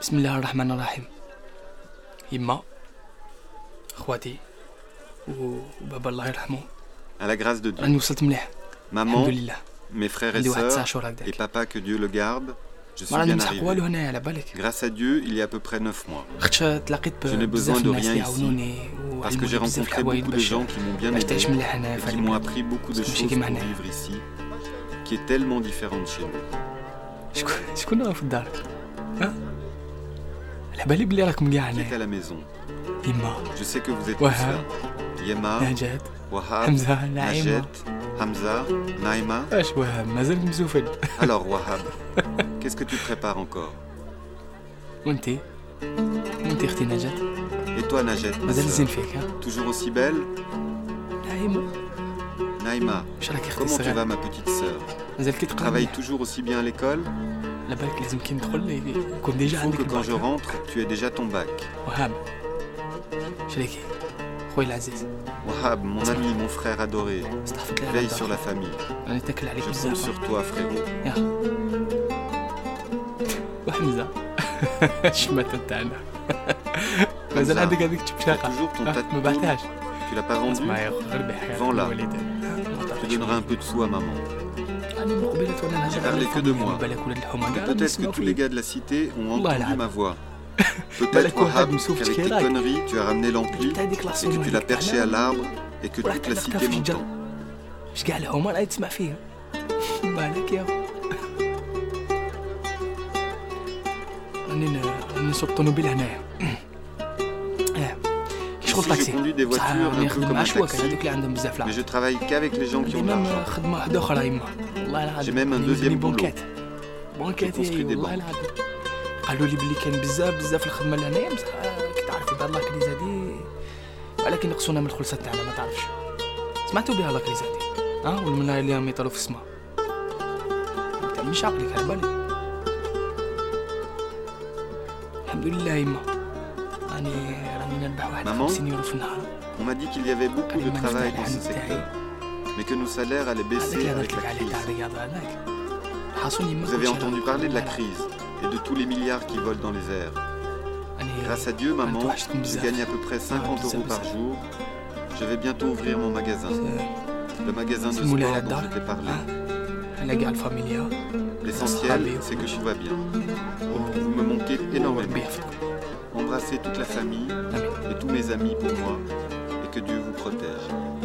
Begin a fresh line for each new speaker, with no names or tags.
بسم الله الرحمن الرحيم يما خواتي و- وبابا الله يرحمه
À la grâce de Dieu.
راني وصلت مليح الحمد
Maman,
لله
mes frères et
عندي واحد ساعة
sœurs,
شهور
et
هكذاك
papa, que Dieu le garde, je suis
ما راني
bien
مسحق والو
arrivé.
هنايا على بالك
Grâce à Dieu, il y a à peu près 9 mois.
خاطش تلاقيت ب-
Je n'ai besoin
بزاف
de
الناس
rien
اللي
ici.
عاونوني
Parce que
وعلموني
j'ai
بزاف
rencontré
الحوايج
beaucoup de
باش
gens qui m'ont bien
باش
aidé
تعيش مليح هنا
et
في هاد
qui m'ont
البلاد
appris beaucoup de
Parce que
choses
j'ai
pour
gagné.
vivre ici, qui est tellement différente chez nous.
شكون شكون راه في الدار ها على بالي بلي راكم كاع
Qui est
هنا
à la maison.
يما
Je sais que vous êtes tous là.
Wahab.
Yema,
نجاة
Wahab,
حمزة
Najet,
نعيمة
Hamza, Naïma.
اش وهاب مازال مزوفل
Alors Wahab, qu'est-ce que tu prépares encore
وانتي وانتي اختي نجاة
Et toi Najet, ma
مازال
sœur,
زين فيك ها
toujours aussi belle
نعيمة
Naïma,
واش راك اختي
comment tu vas
الصغيرة
ma petite sœur
مازال كي تقرا
Travailles
مليح.
toujours aussi bien à l'école
على بالك لازم كي ندخل يكون
Il
ديجا
faut
عندك
que quand je
الباك.
rentre, tu aies déjà ton bac.
وهاب شريكي خويا العزيز
Wahab, mon ami, mon frère adoré,
استحفظت لي على
veille
الدار.
sur la famille.
راني تاكل عليك
Je compte
بزاف
sur toi frérot.
يا وحمزة الشماتة تاعنا مازال عندك هذيك
T'as
الشبشاقة
toujours ton tas de
ما
thune,
بعتهاش
tu l'as pas vendu
اسمع يا أخو، ربي يحييك
Vends-la.
يا وليدي ما
Je te
تعرفش.
donnerai un peu de sous à maman.
أنا من قبيلة وأنا نهار
J'ai parlé que de moi.
ما بالك ولا اللحوم
Et
هكا، أنا
Peut-être
نسمع
que tous
فيه.
les gars de la cité ont
Wallah, elle
entendu
a-
ma voix.
Voilà
Peut-être,
quoi,
Wahab,
Adam Souf,
qu'avec tes
Tchierak.
conneries, tu as ramené l'ampli
جبت هذيك
et que
لاصومة
tu l'as
هذيك
perché à
تاعنا،
l'arbre et que
ورحت
toute la
علقتها
cité
في
m'entend.
الشجرة. مش كاع الحومة راهي تسمع فيها بالك يا أخو. راني ن- راني نسوق طوموبيل هنايا إيه. شغل
Ici, j'ai
طاكسي
conduis des
بصح
voitures
راني
un peu
نخدم
comme
مع
un
شواكل
taxi,
هذوك اللي عندهم بزاف
mais
العقل
je travaille qu'avec les gens
عندي
qui ont de
ميم
l'argent.
خدمة واحدة أخرى يما والله العظيم
euh, J'ai même un
راني
deuxième
نبني
boulot.
بونكات بونكات
J'ai construit
يا
des
والله
banques.
العظيم قالوا لي بلي كان بزاف بزاف الخدمة اللي هنايا بصح آه، كي تعرفي دار لاكليزا دي ولكن ينقصونا من الخلصة تاعنا ما تعرفش سمعتوا بها لاكليزا دي ها والملاهي اللي راهم يطيروا في السما انت مش عقلك على بالي الحمد لله يما راني راني نربح واحد
ماما؟
50 يورو في النهار
On m'a dit qu'il y avait beaucoup de travail dans ce secteur, mais que nos salaires allaient
هذاك
baisser
اللي هضرت
avec la
لك عليه
crise.
تاع الرياضة هذاك حاصل يما
Vous avez
كنت شارع.
entendu parler de la crise et de tous les milliards qui volent dans les airs.
راني
Grâce à Dieu, maman,
Ouais, toi, je
je
te
gagne à peu près
Ah,
50 euros par jour. Je vais bientôt ouvrir mon magasin, le magasin de
C'est
sport
moulé à Euh, la Ah,
dont
dame.
je t'ai parlé.
على كاع
hein.
الفاميليا ah,
L'essentiel, c'est que tout va bien. Vous me manquez énormément.
ربي يحفظكم
Embrassez toute la famille
امين
et tous mes amis pour moi et que Dieu vous protège.